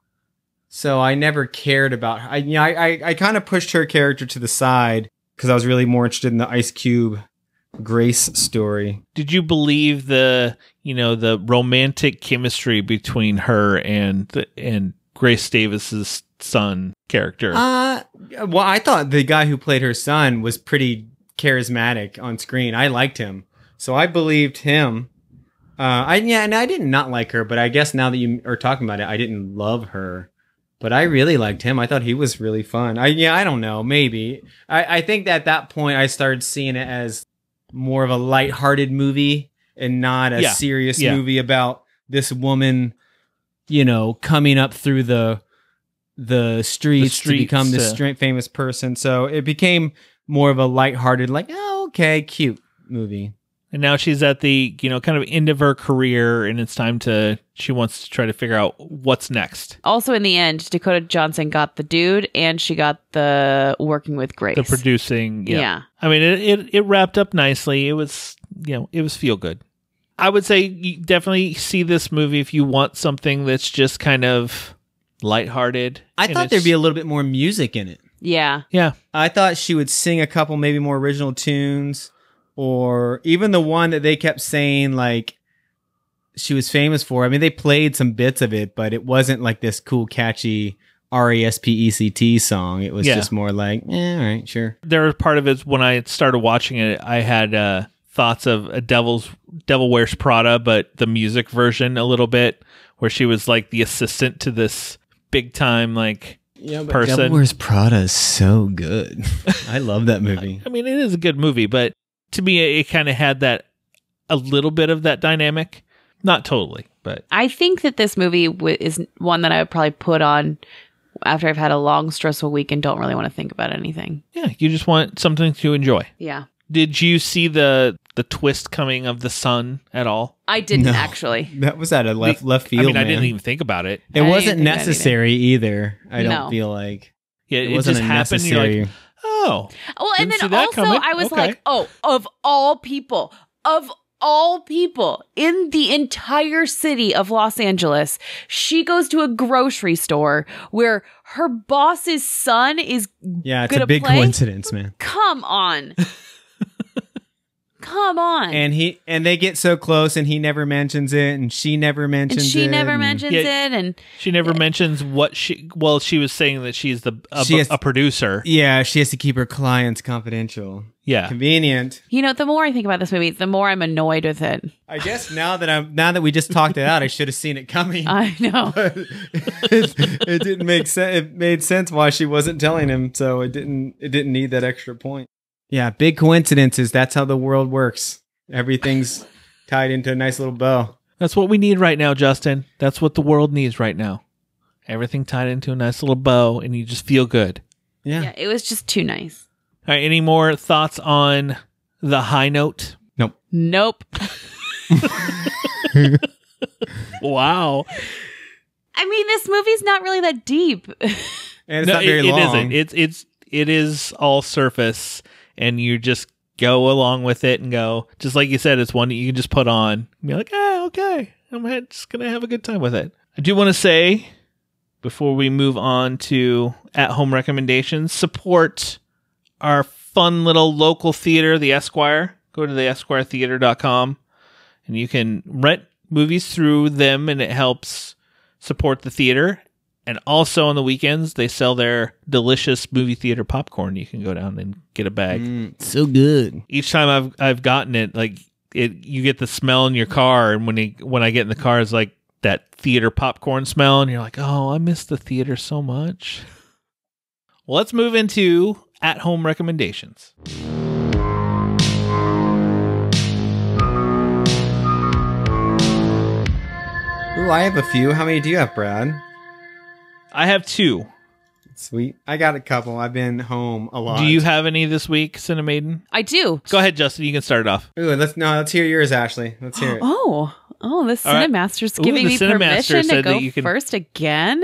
B: So I never cared about her. I, you know, I, I, I kind of pushed her character to the side because I was really more interested in the Ice Cube Grace story.
A: Did you believe the you know the romantic chemistry between her and and Grace Davis's son character?
B: Uh, well, I thought the guy who played her son was pretty charismatic on screen. I liked him. So I believed him. Uh, I, yeah, and I did not like her, but I guess now that you are talking about it, I didn't love her. But I really liked him. I thought he was really fun. I, yeah, I don't know. Maybe. I, I think at that point, I started seeing it as more of a lighthearted movie and not a
A: Yeah.
B: serious
A: Yeah.
B: movie about this woman, you know, coming up through the the streets,
A: streets
B: to become
A: to-
B: this stra- famous person. So it became more of a lighthearted, like, oh, okay, cute movie.
A: and now she's at the you know kind of end of her career, and it's time to she wants to try to figure out what's next.
C: Also in the end, Dakota Johnson got the dude and she got the working with Grace.
A: The producing, yeah.
C: Yeah.
A: I mean, it, it it wrapped up nicely. It was you know it was feel good. I would say you definitely see this movie if you want something that's just kind of lighthearted.
B: I
A: and
B: thought there'd
A: it's-
B: be a little bit more music in it.
C: Yeah.
A: yeah.
B: I thought she would sing a couple maybe more original tunes or even the one that they kept saying like she was famous for. I mean, they played some bits of it, but it wasn't like this cool, catchy R E S P E C T song. It was
A: Yeah.
B: just more like, eh, all right, sure.
A: There was part of it when I started watching it. I had uh, thoughts of a Devil's Devil Wears Prada, but the music version a little bit, where she was like the assistant to this big time like person.
B: Devil Wears Prada is so good. I love that movie.
A: I mean, it is a good movie, but to me, it, it kind of had that a little bit of that dynamic. Not totally, but
C: I think that this movie w- is one that I would probably put on after I've had a long, stressful week and don't really want to think about anything.
A: yeah, you just want something to enjoy.
C: Yeah.
A: Did you see the the twist coming of the sun at all?
C: I didn't
B: No.
C: actually.
B: That was out of left left
A: I
B: field.
A: mean, I didn't
B: man.
A: even think about it.
B: It
C: I didn't
B: wasn't
C: think about it
B: necessary either. I don't
C: No.
B: feel like
A: Yeah,
B: it,
A: it,
B: wasn't
A: just
B: a
A: happened. You're
B: necessary.
A: like, oh,
C: Well, and
A: Didn't see
C: then
A: that
C: also
A: coming.
C: I was
A: Okay.
C: like, oh, of all people, of all people in the entire city of Los Angeles, she goes to a grocery store where her boss's son is.
B: yeah, it's a
C: gonna
B: big
C: play?
B: coincidence, man.
C: Come on. Come on.
B: And he and they get so close, and he never mentions it, and she never
C: And
B: mentions it.
C: she never
B: and-
C: mentions
A: Yeah.
C: it. And
A: she never mentions what she. Well, she was saying that she's the a,
B: She has-
A: a producer.
B: Yeah, she has to keep her clients confidential.
A: Yeah,
B: Convenient.
C: you know, the more I think about this movie, the more I'm annoyed with it.
B: I guess now that I'm now that we just talked it out, I should have seen it coming.
C: I know.
B: it, it didn't make sense. It made sense why she wasn't telling him, so it didn't. It didn't need that extra point. Yeah, big coincidences. That's how the world works. Everything's tied into a nice little bow.
A: that's what we need right now, Justin. That's what the world needs right now. Everything tied into a nice little bow, and you just feel good.
B: Yeah.
C: Yeah, it was just too nice.
A: All right, any more thoughts on the high note?
C: Nope.
A: Wow.
C: I mean, this movie's not really that deep.
B: and it's not very
A: it,
B: long.
A: It isn't. It's it's it is all surface and you just go along with it and go just like you said, it's one that you can just put on and be like, ah, okay. I'm ha- just gonna have a good time with it. I do wanna say before we move on to at home recommendations, support our fun little local theater, the Esquire. Go to the esquiretheater.com and you can rent movies through them and it helps support the theater. And also on the weekends, they sell their delicious movie theater popcorn. You can go down and get a bag
B: Mm, so good.
A: each time I've I've gotten it, like it, you get the smell in your car, and when he, when I get in the car, it's like that theater popcorn smell, and you're like, oh, I miss the theater so much. Well, let's move into at home recommendations.
B: Ooh, I have a few. How many do you have, Brad?
A: I have two.
B: Sweet. I got a couple. I've been home a lot.
A: Do you have any this week, Cinemaiden?
C: I do.
A: Go ahead, Justin. You can start it off.
B: Ooh, let's no. Let's hear yours, Ashley. Let's hear it.
C: Oh, oh, the
A: All right.
C: Cinemaster's
A: Ooh,
C: giving
A: the
C: me
A: Cinemaster
C: permission to
A: said that
C: go
A: you can-
C: first again.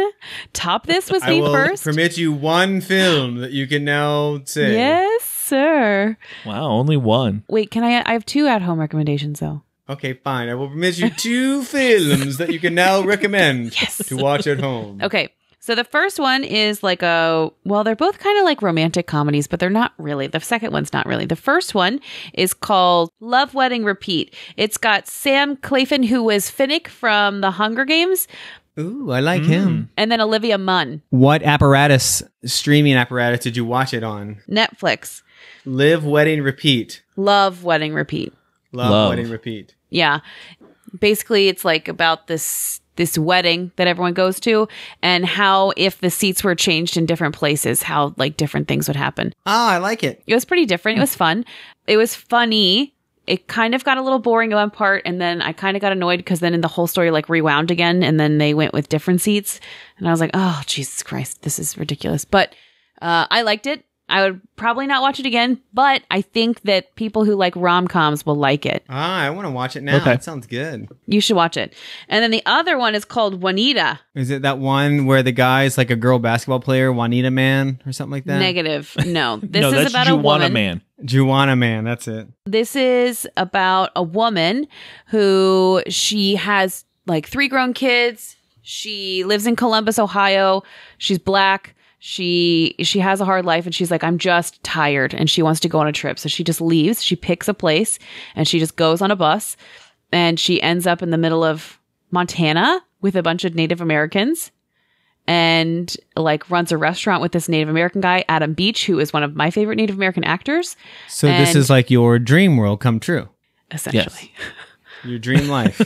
C: Top this was
B: I
C: me
B: will
C: first.
B: permit you one film that you can now say.
C: yes, sir.
A: Wow, only one.
C: Wait, can I? I have two at home recommendations though.
B: Okay, fine. I will permit you two films that you can now recommend to watch at home.
C: Okay. So the first one is like a well, they're both kind of like romantic comedies, but they're not really. The second one's not really. The first one is called Love Wedding Repeat. It's got Sam Clayton, who was Finnick from The Hunger Games,
B: Ooh, I like him.
C: and then Olivia Munn,
B: What apparatus, streaming apparatus, did you watch it on?
C: Netflix.
B: Live, Wedding, Repeat.
C: Love Wedding Repeat.
B: Love,
A: Love.
B: Wedding, Repeat.
C: Yeah. Basically, it's like about this this wedding that everyone goes to and how if the seats were changed in different places, how like different things would happen.
B: Ah, I like it.
C: It was pretty different. It was fun. It was funny. It kind of got a little boring at one part, and then I kind of got annoyed because then in the whole story, like rewound again, and then they went with different seats, and I was like, "Oh Jesus Christ, this is ridiculous." But uh, I liked it. I would probably not watch it again, but I think that people who like rom coms will like it.
B: Ah, I want to watch it now.
A: Okay.
B: That sounds good.
C: You should watch it. And then the other one is called Juanita.
B: Is it that one where the guy's like a girl basketball player, Juanita Man, or something like that?
C: Negative. No, this
A: no,
C: is
A: that's
C: about a
A: Juana
C: woman.
A: Man.
B: Juana Man, that's it.
C: This is about a woman who she has like three grown kids. She lives in Columbus, Ohio. She's black. She she has a hard life and she's like I'm just tired and she wants to go on a trip. So she just leaves. She picks a place and she just goes on a bus and she ends up in the middle of Montana with a bunch of Native Americans and like runs a restaurant with this Native American guy, Adam Beach, who is one of my favorite Native American actors,
B: So this
C: And-
B: is like your dream world come true.
C: essentially.
B: Your dream life.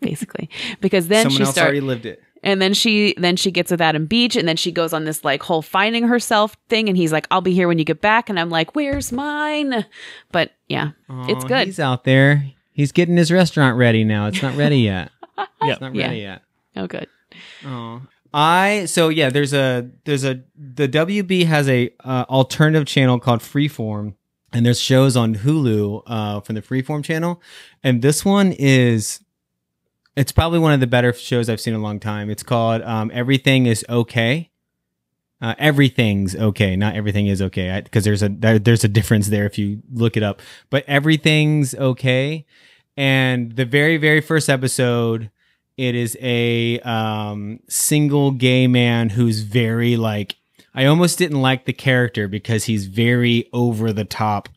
C: basically because then
B: Someone
C: she
B: else already
C: starts
B: lived it.
C: and then she then she gets with adam beach and then she goes on this like whole finding herself thing and he's like i'll be here when you get back and i'm like where's mine but yeah it's
B: Aw,
C: good
B: He's out there. He's getting his restaurant ready now. It's not ready yet.
A: Yeah.
B: It's not
C: Yeah.
B: ready yet.
C: oh good
B: Oh. I so yeah, there's a there's a the WB has a uh, alternative channel called Freeform and there's shows on Hulu uh from the Freeform channel and this one is it's probably one of the better shows I've seen in a long time. It's called um, Everything is Okay. Uh, everything's okay. Not everything is okay because there's a there, there's a difference there if you look it up. But everything's okay. And the very very first episode, it is a um, single gay man who's very like I almost didn't like the character because he's very over the top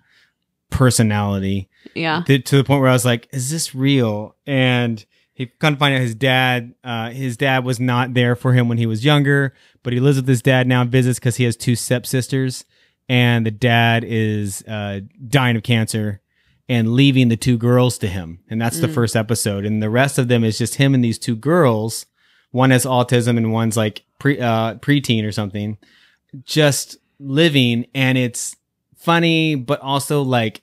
B: personality
C: yeah
B: to, to the point where I was like, "Is this real?" And he kind of find out his dad, uh, his dad was not there for him when he was younger, but he lives with his dad now and visits because he has two stepsisters, and the dad is uh, dying of cancer and leaving the two girls to him, and that's the first episode, and the rest of them is just him and these two girls. One has autism and one's like pre uh, preteen or something, just living, and it's funny, but also like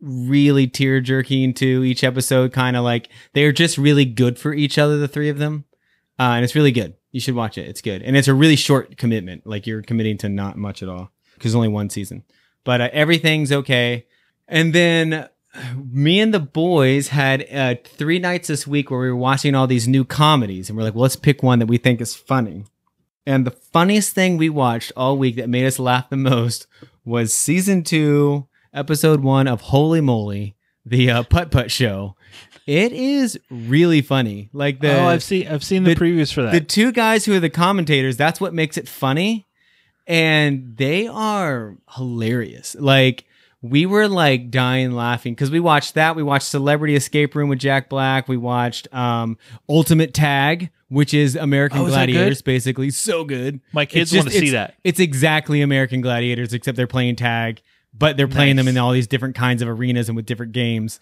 B: really tear jerking to each episode. Kind of like they're just really good for each other, the three of them. Uh, and it's really good. You should watch it. It's good. And it's a really short commitment. Like you're committing to not much at all because only one season. But uh, everything's okay. And then me and the boys had uh, three nights this week where we were watching all these new comedies. And we're like, well, let's pick one that we think is funny. And the funniest thing we watched all week that made us laugh the most was season two, episode one of Holy Moly, the uh, Putt Putt Show. It is really funny. Like the
A: oh, I've seen I've seen the,
B: the-
A: previews for that.
B: the two guys who are the commentators, that's what makes it funny. And they are hilarious. Like we were like dying laughing because we watched that. We watched Celebrity Escape Room with Jack Black. We watched um Ultimate Tag, which is American
A: Oh, is that good?
B: Gladiators, basically. So good.
A: My
B: It's
A: kids
B: just-
A: wanna see
B: it's-
A: that.
B: It's exactly American Gladiators, except they're playing tag, but they're playing them
A: Nice.
B: in all these different kinds of arenas and with different games.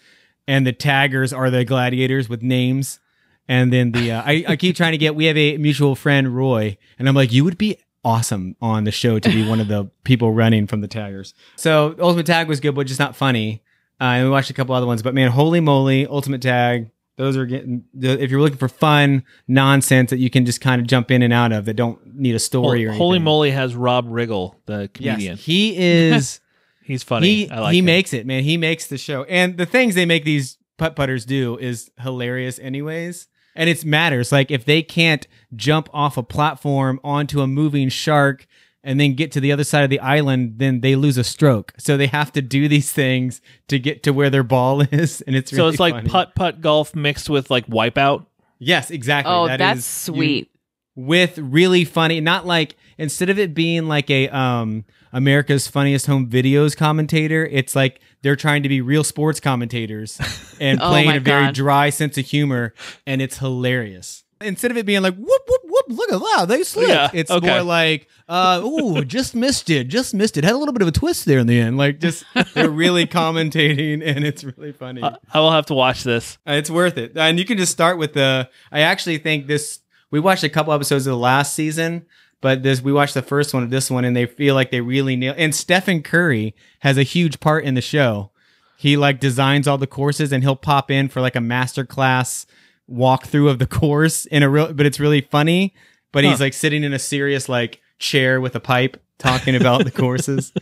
B: And the taggers are the gladiators with names. And then the uh, I, I keep trying to get. We have a mutual friend, Roy, and I'm like, you would be awesome on the show to be one of the people running from the taggers. So Ultimate Tag was good, but just not funny. Uh, and we watched a couple other ones, but man, holy moly, Ultimate Tag. Those are getting the- if you're looking for fun nonsense that you can just kind of jump in and out of that don't need a
A: Hol-
B: story or
A: Holy
B: anything.
A: moly has Rob Riggle, the comedian.
B: Yes, he is.
A: He's funny.
B: He
A: I like
B: he
A: him.
B: makes it, man. He makes the show, and the things they make these putt putters do is hilarious, anyways. And it matters. Like if they can't jump off a platform onto a moving shark and then get to the other side of the island, then they lose a stroke. So they have to do these things to get to where their ball is, and it's
A: so
B: really
A: it's like
B: funny.
A: putt putt golf mixed with like wipeout.
B: Yes, exactly.
C: oh,
B: That
C: that's
B: is- you-
C: sweet.
B: with really funny not like instead of it being like a um america's funniest home videos commentator it's like they're trying to be real sports commentators and
C: Oh
B: playing
C: my
B: a very
C: God.
B: dry sense of humor and it's hilarious instead of it being like whoop whoop whoop look at that they slipped
A: Yeah,
B: it's
A: okay.
B: more like uh ooh just missed it just missed it had a little bit of a twist there in the end like just they're really commentating and it's really funny
C: Uh,
A: I- I will have to watch this.
B: uh, It's worth it. And you can just start with the. I actually think this. We watched a couple episodes of the last season, but this we watched the first one of this one, and they feel like they really nail. And Stephen Curry has a huge part in the show. He like designs all the courses, and he'll pop in for like a master class walkthrough of the course in a real. But it's really funny. But he's
A: Huh.
B: like sitting in a serious like chair with a pipe talking about the courses.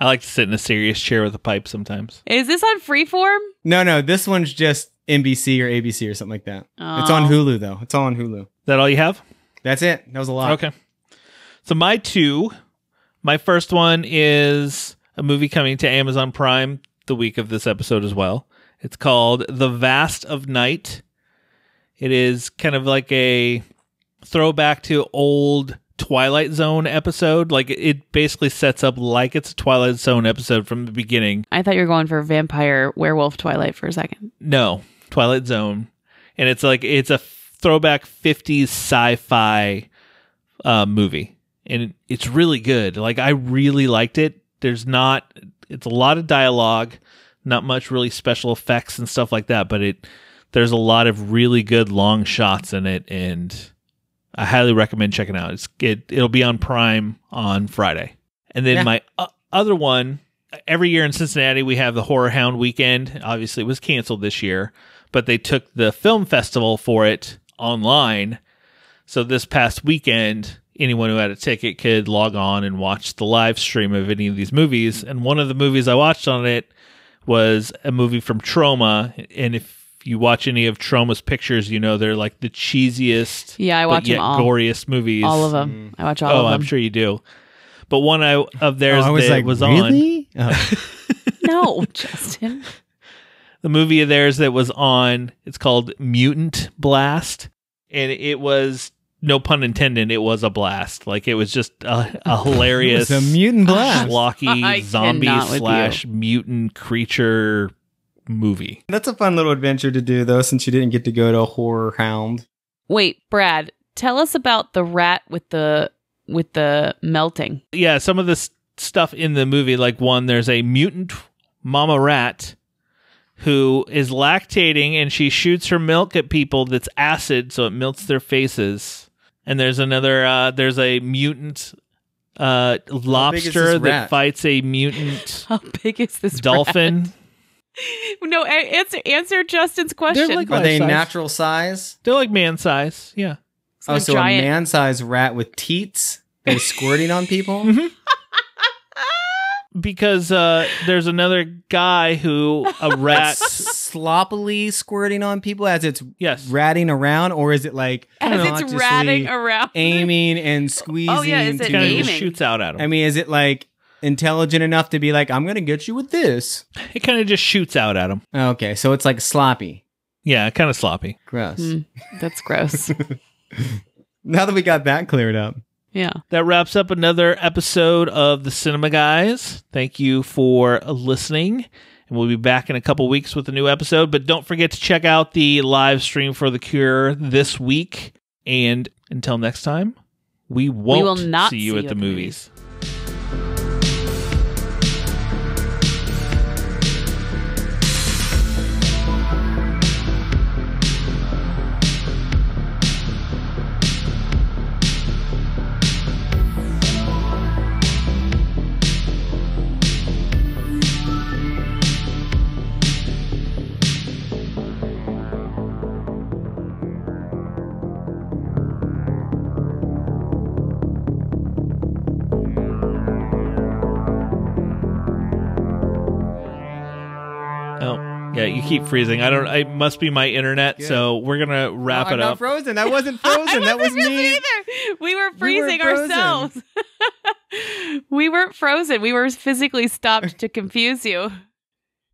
A: I like to sit in a serious chair with a pipe sometimes.
C: Is this on Freeform?
B: No, no, this one's just NBC or ABC or something like that. It's on
C: Oh.
B: Hulu though. It's all on Hulu.
A: Is that all you have?
B: That's it. That was a lot.
A: Okay. So my two, my first one is a movie coming to Amazon Prime the week of this episode as well. It's called The Vast of Night. It is kind of like a throwback to old Twilight Zone episode. Like it basically sets up like it's a Twilight Zone episode from the beginning.
C: I thought you were going for vampire werewolf Twilight for a second.
A: No, Twilight Zone, and it's like it's a throwback '50s sci-fi uh, movie, and it's really good. Like I really liked it. There's not, it's a lot of dialogue, not much really special effects and stuff like that, but it there's a lot of really good long shots in it, and I highly recommend checking it out. It's it it'll be on Prime on Friday, and then
B: Yeah.
A: my o- other one every year in Cincinnati we have the Horror Hound weekend. Obviously, it was canceled this year, but they took the film festival for it online. So this past weekend, anyone who had a ticket could log on and watch the live stream of any of these movies. And one of the movies I watched on it was a movie from Trauma. And if you watch any of Trauma's pictures, you know they're like the cheesiest,
C: Yeah, I
A: but
C: watch 'em
A: yet
C: all.
A: goriest movies.
C: All of
B: Mm.
C: them. I watch all
A: oh,
C: of them.
A: I'm sure you do. But one I of theirs
B: Oh, I was
A: that
B: like,
A: was on
B: really? Oh.
C: No, Justin.
A: the movie of theirs that was on. It's called Mutant Blast, and it was no pun intended. It was a blast. Like it was just a, a hilarious,
B: It's a mutant blast.
A: schlocky
C: I
A: zombie
C: cannot with
A: slash mutant creature movie.
B: That's a fun little adventure to do, though, since you didn't get to go to Horror Hound.
C: Wait, Brad, tell us about the rat with the with the melting.
A: Yeah, some of the s- stuff in the movie, like one, there's a mutant mama rat who is lactating and she shoots her milk at people that's acid so it melts their faces and there's another uh there's a mutant uh lobster
B: this
A: that
B: rat?
A: fights a mutant
C: How big is this rat?
A: dolphin
C: No, a- answer answer Justin's question.
A: like-
B: Are
A: Life
B: they
A: size.
B: natural size?
A: they're like man size yeah
C: a
B: oh, so
C: giant-
B: a man sized rat with teats? They're squirting on people?
A: because uh there's another guy who a rat
B: Sloppily squirting on people as it's
A: yes
B: ratting around? Or is it like
C: as it's
B: consciously
C: ratting around. Oh,
B: aiming and squeezing?
C: is it
B: to-
A: kind of just
C: aiming?
A: shoots out at him
B: I mean, is it like intelligent enough to be like, I'm going to get you with this?
A: it kind of just shoots out at him
B: Okay, so it's like sloppy.
A: Yeah, kind of sloppy.
B: Gross.
C: That's gross.
B: Now that we got that cleared up,
C: yeah.
A: That wraps up another episode of The Cinema Guys. Thank you for listening. And we'll be back in a couple weeks with a new episode. But don't forget to check out the live stream for The Cure this week. And until next time, we won't
C: will not
A: see you at the movies. Oh, yeah, you keep freezing. I don't. It must be my internet. So we're gonna wrap
B: Oh,
A: it
B: I'm not
A: up.
B: frozen. I wasn't frozen. that was me.
C: either. We
B: We
C: were
B: were
C: freezing
B: frozen.
C: ourselves. we weren't frozen. We were physically stopped to confuse you.